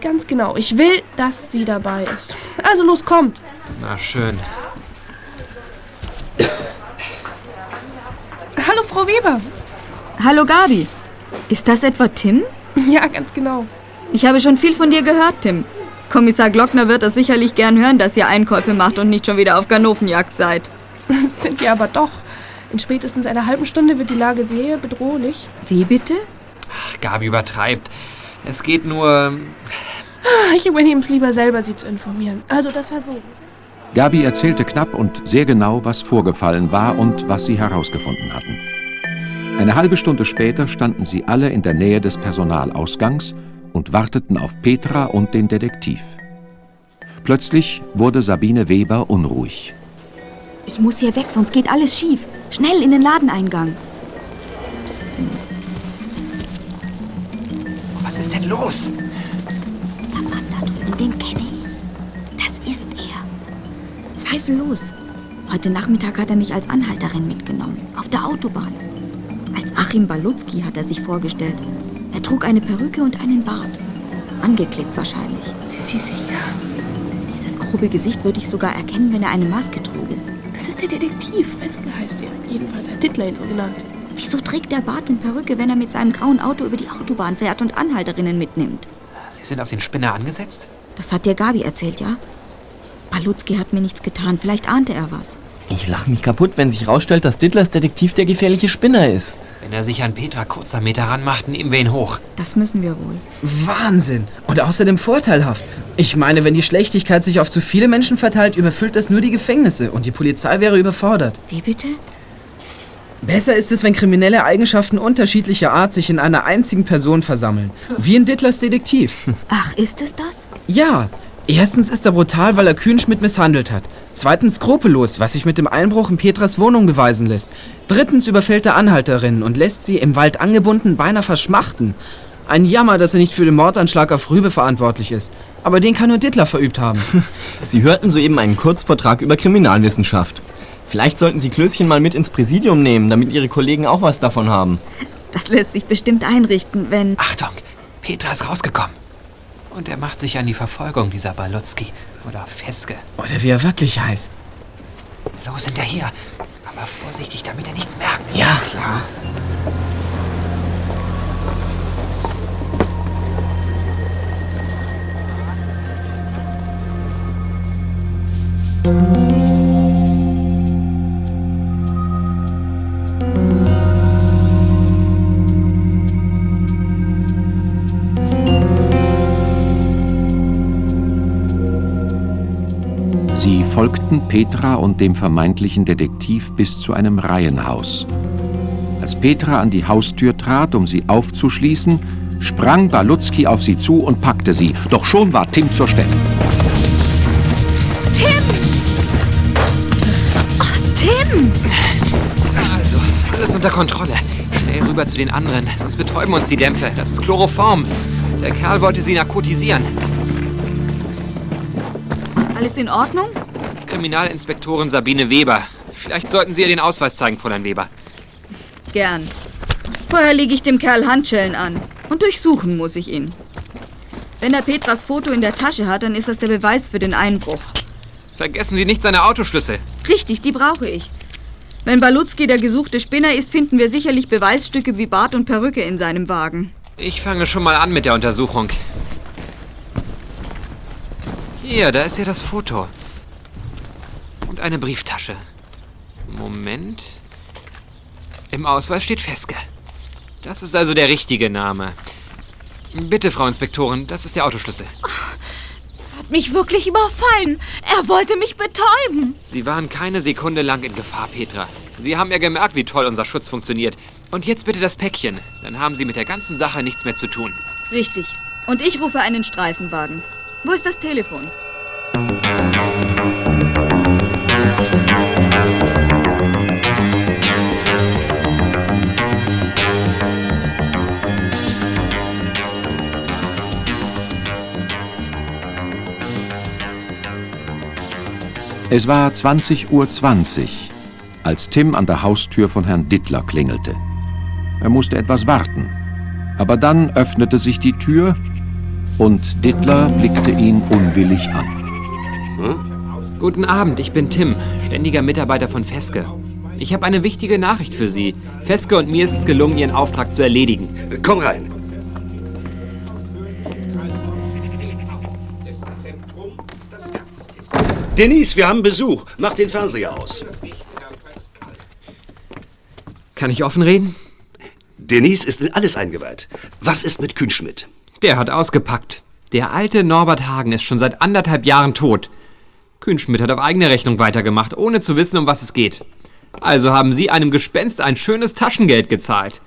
Ganz genau, ich will, dass sie dabei ist. Also los, kommt. Na schön. Hallo, Frau Weber. Hallo Gabi. Ist das etwa Tim? Ja, ganz genau. Ich habe schon viel von dir gehört, Tim. Kommissar Glockner wird das sicherlich gern hören, dass ihr Einkäufe macht und nicht schon wieder auf Ganovenjagd seid. Das sind wir aber doch. In spätestens einer halben Stunde wird die Lage sehr bedrohlich. Wie bitte? Ach, Gabi übertreibt. Es geht nur. Ich übernehme es lieber selber, sie zu informieren. Also das war so. Gabi erzählte knapp und sehr genau, was vorgefallen war und was sie herausgefunden hatten. Eine halbe Stunde später standen sie alle in der Nähe des Personalausgangs und warteten auf Petra und den Detektiv. Plötzlich wurde Sabine Weber unruhig. Ich muss hier weg, sonst geht alles schief. Schnell in den Ladeneingang. Was ist denn los? Der Mann da drüben, den kenne ich. Das ist er. Zweifellos. Heute Nachmittag hat er mich als Anhalterin mitgenommen. Auf der Autobahn. Als Achim Balutzki hat er sich vorgestellt. Er trug eine Perücke und einen Bart. Angeklebt wahrscheinlich. Sind Sie sicher? Dieses grobe Gesicht würde ich sogar erkennen, wenn er eine Maske trüge. Das ist der Detektiv, Weske heißt er. Jedenfalls hat Dittler ihn so genannt. Wieso trägt er Bart und Perücke, wenn er mit seinem grauen Auto über die Autobahn fährt und Anhalterinnen mitnimmt? Sie sind auf den Spinner angesetzt? Das hat dir Gabi erzählt, ja? Balutzki hat mir nichts getan. Vielleicht ahnte er was. Ich lache mich kaputt, wenn sich rausstellt, dass Dittlers Detektiv der gefährliche Spinner ist. Wenn er sich an Petra kurzer Meter ranmacht, nehmen wir ihn hoch. Das müssen wir wohl. Wahnsinn! Und außerdem vorteilhaft. Ich meine, wenn die Schlechtigkeit sich auf zu viele Menschen verteilt, überfüllt das nur die Gefängnisse und die Polizei wäre überfordert. Wie bitte? Besser ist es, wenn kriminelle Eigenschaften unterschiedlicher Art sich in einer einzigen Person versammeln. Wie in Dittlers Detektiv. Ach, ist es das? Ja, erstens ist er brutal, weil er Kühnschmidt misshandelt hat. Zweitens skrupellos, was sich mit dem Einbruch in Petras Wohnung beweisen lässt. Drittens überfällt er Anhalterinnen und lässt sie im Wald angebunden beinahe verschmachten. Ein Jammer, dass er nicht für den Mordanschlag auf Rübe verantwortlich ist. Aber den kann nur Dittler verübt haben. Sie hörten soeben einen Kurzvortrag über Kriminalwissenschaft. Vielleicht sollten Sie Klößchen mal mit ins Präsidium nehmen, damit Ihre Kollegen auch was davon haben. Das lässt sich bestimmt einrichten, wenn. Achtung! Petra ist rausgekommen. Und er macht sich an die Verfolgung dieser Balutzki oder Feske. Oder wie er wirklich heißt. Los hinterher. Aber vorsichtig, damit er nichts merkt. Ja, klar. Sie folgten Petra und dem vermeintlichen Detektiv bis zu einem Reihenhaus. Als Petra an die Haustür trat, um sie aufzuschließen, sprang Balutzki auf sie zu und packte sie. Doch schon war Tim zur Stelle. Tim! Ach, Tim! Also, alles unter Kontrolle. Schnell rüber zu den anderen, sonst betäuben uns die Dämpfe. Das ist Chloroform. Der Kerl wollte sie narkotisieren. Alles in Ordnung? Das ist Kriminalinspektorin Sabine Weber. Vielleicht sollten Sie ihr den Ausweis zeigen, Fräulein Weber. Gern. Vorher lege ich dem Kerl Handschellen an. Und durchsuchen muss ich ihn. Wenn er Petras Foto in der Tasche hat, dann ist das der Beweis für den Einbruch. Vergessen Sie nicht seine Autoschlüssel. Richtig, die brauche ich. Wenn Balutzki der gesuchte Spinner ist, finden wir sicherlich Beweisstücke wie Bart und Perücke in seinem Wagen. Ich fange schon mal an mit der Untersuchung. Hier, da ist ja das Foto. Und eine Brieftasche. Moment. Im Ausweis steht Feske. Das ist also der richtige Name. Bitte, Frau Inspektorin, das ist der Autoschlüssel. Hat mich wirklich überfallen. Er wollte mich betäuben. Sie waren keine Sekunde lang in Gefahr, Petra. Sie haben ja gemerkt, wie toll unser Schutz funktioniert. Und jetzt bitte das Päckchen. Dann haben Sie mit der ganzen Sache nichts mehr zu tun. Richtig. Und ich rufe einen Streifenwagen. Wo ist das Telefon? Es war 20.20 Uhr, als Tim an der Haustür von Herrn Dittler klingelte. Er musste etwas warten. Aber dann öffnete sich die Tür und Dittler blickte ihn unwillig an. Guten Abend, ich bin Tim, ständiger Mitarbeiter von Feske. Ich habe eine wichtige Nachricht für Sie. Feske und mir ist es gelungen, Ihren Auftrag zu erledigen. Komm rein. Denise, wir haben Besuch. Mach den Fernseher aus. Kann ich offen reden? Denise ist in alles eingeweiht. Was ist mit Kühnschmidt? Der hat ausgepackt. Der alte Norbert Hagen ist schon seit anderthalb Jahren tot. Kühnschmidt hat auf eigene Rechnung weitergemacht, ohne zu wissen, um was es geht. Also haben Sie einem Gespenst ein schönes Taschengeld gezahlt.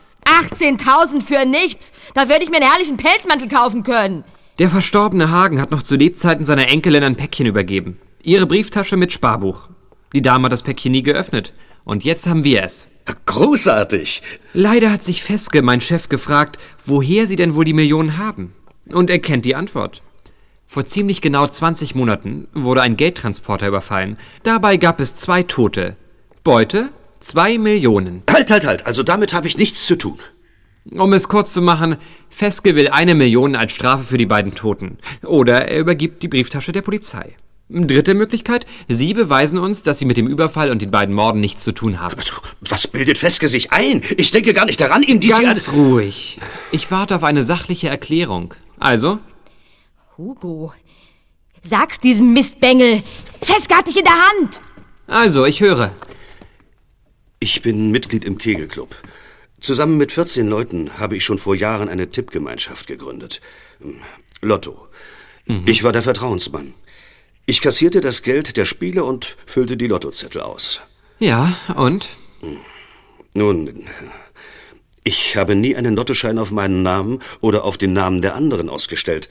18.000 für nichts. Da würde ich mir einen herrlichen Pelzmantel kaufen können. Der verstorbene Hagen hat noch zu Lebzeiten seiner Enkelin ein Päckchen übergeben. Ihre Brieftasche mit Sparbuch. Die Dame hat das Päckchen nie geöffnet. Und jetzt haben wir es. Großartig. Leider hat sich Feske, mein Chef, gefragt, woher sie denn wohl die Millionen haben. Und er kennt die Antwort. Vor ziemlich genau 20 Monaten wurde ein Geldtransporter überfallen. Dabei gab es zwei Tote. Beute? Zwei Millionen. Halt, halt, halt. Also damit habe ich nichts zu tun. Um es kurz zu machen, Feske will eine Million als Strafe für die beiden Toten. Oder er übergibt die Brieftasche der Polizei. Dritte Möglichkeit, Sie beweisen uns, dass Sie mit dem Überfall und den beiden Morden nichts zu tun haben. Also, Was bildet Feske sich ein? Ich denke gar nicht daran, ihm diese... Ganz ruhig. Ich warte auf eine sachliche Erklärung. Also, Hugo, sag's diesem Mistbengel. Feske hat dich in der Hand. Also, ich höre. Ich bin Mitglied im Kegelclub. Zusammen mit 14 Leuten habe ich schon vor Jahren eine Tippgemeinschaft gegründet. Lotto. Mhm. Ich war der Vertrauensmann. Ich kassierte das Geld der Spiele und füllte die Lottozettel aus. Ja, und? Nun, ich habe nie einen Lottoschein auf meinen Namen oder auf den Namen der anderen ausgestellt.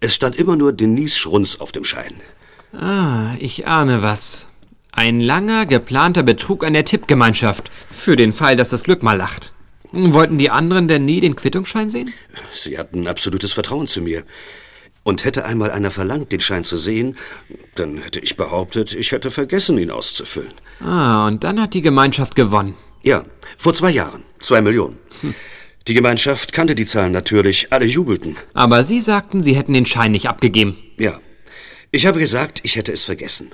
Es stand immer nur Denise Schrunz auf dem Schein. Ah, ich ahne was. Ein langer, geplanter Betrug an der Tippgemeinschaft. Für den Fall, dass das Glück mal lacht. Hm, Wollten die anderen denn nie den Quittungsschein sehen? Sie hatten absolutes Vertrauen zu mir. Und hätte einmal einer verlangt, den Schein zu sehen, dann hätte ich behauptet, ich hätte vergessen, ihn auszufüllen. Ah, und dann hat die Gemeinschaft gewonnen. Hm. Ja, vor zwei Jahren. Zwei Millionen. Die Gemeinschaft kannte die Zahlen natürlich, alle jubelten. Aber Sie sagten, Sie hätten den Schein nicht abgegeben. Ja. Ich habe gesagt, ich hätte es vergessen.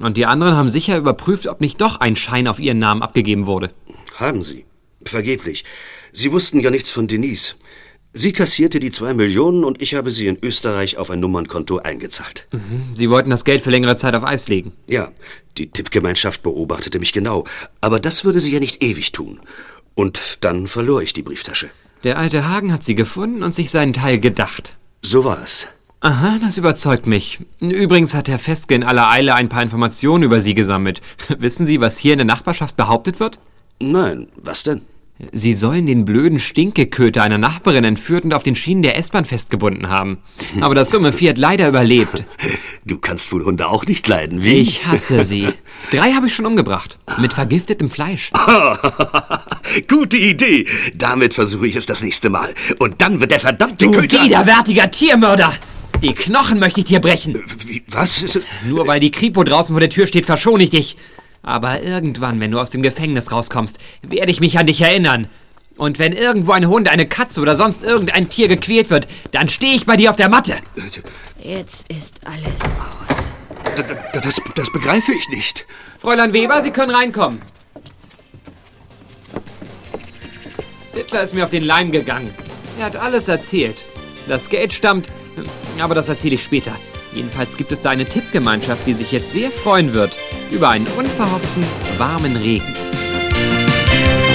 Und die anderen haben sicher überprüft, ob nicht doch ein Schein auf Ihren Namen abgegeben wurde. Haben Sie. Vergeblich. Sie wussten ja nichts von Denise. Sie kassierte die zwei Millionen und ich habe sie in Österreich auf ein Nummernkonto eingezahlt. Sie wollten das Geld für längere Zeit auf Eis legen. Ja, die Tippgemeinschaft beobachtete mich genau. Aber das würde sie ja nicht ewig tun. Und dann verlor ich die Brieftasche. Der alte Hagen hat sie gefunden und sich seinen Teil gedacht. So war es. Aha, das überzeugt mich. Übrigens hat Herr Feske in aller Eile ein paar Informationen über Sie gesammelt. Wissen Sie, was hier in der Nachbarschaft behauptet wird? Nein, was denn? Sie sollen den blöden Stinkeköter einer Nachbarin entführt und auf den Schienen der S-Bahn festgebunden haben. Aber das dumme Vieh hat leider überlebt. Du kannst wohl Hunde auch nicht leiden, wie? Ich hasse sie. Drei habe ich schon umgebracht. Mit vergiftetem Fleisch. Gute Idee. Damit versuche ich es das nächste Mal. Und dann wird der verdammte Du Köter... widerwärtiger Tiermörder! Die Knochen möchte ich dir brechen. was? Nur weil die Kripo draußen vor der Tür steht, verschone ich dich. Aber irgendwann, wenn du aus dem Gefängnis rauskommst, werde ich mich an dich erinnern. Und wenn irgendwo ein Hund, eine Katze oder sonst irgendein Tier gequält wird, dann stehe ich bei dir auf der Matte. Jetzt ist alles aus. Das, das, das begreife ich nicht. Fräulein Weber, Sie können reinkommen. Hitler ist mir auf den Leim gegangen. Er hat alles erzählt. Das Geld stammt, aber das erzähle ich später. Jedenfalls gibt es da eine Tippgemeinschaft, die sich jetzt sehr freuen wird über einen unverhofften, warmen Regen.